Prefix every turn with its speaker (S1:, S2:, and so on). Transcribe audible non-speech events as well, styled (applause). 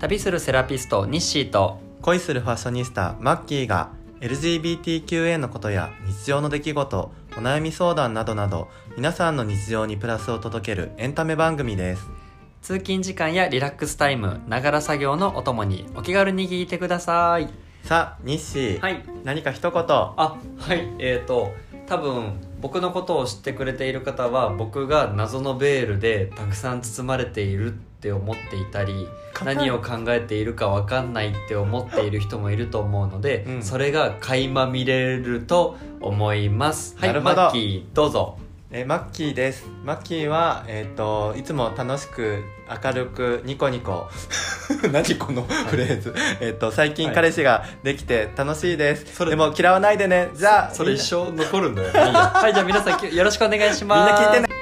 S1: 旅するセラピストニッシーと
S2: 恋するファッショニスタマッキーが LGBTQA のことや日常の出来事お悩み相談などなど皆さんの日常にプラスを届けるエンタメ番組です
S1: 通勤時間やリラックスタイムながら作業のお供にお気軽に聞いてください
S2: さあ日誌、
S1: はい
S2: 何か一言
S1: あはいえー、と多分僕のことを知ってくれている方は僕が謎のベールでたくさん包まれているって思っていたり
S2: 硬い
S1: 何を考えているかわかんないって思っている人もいると思うので、
S2: うん
S1: それが垣間見れると思いますはい
S2: なるほど
S1: マッキーどうぞ
S2: えーマッキーですマッキーはえっ、といつも楽しく明るくニコニコ (laughs) 何このフレーズ、えっと最近
S1: はい
S2: 彼氏ができて楽しいです、
S1: それ
S2: でも嫌わないでねじゃあ
S1: それ
S2: みん
S1: 一
S2: な
S1: 生残るんだよ、ね、はいじゃあ皆さんきよろしくお願いします
S2: みんな聞いてね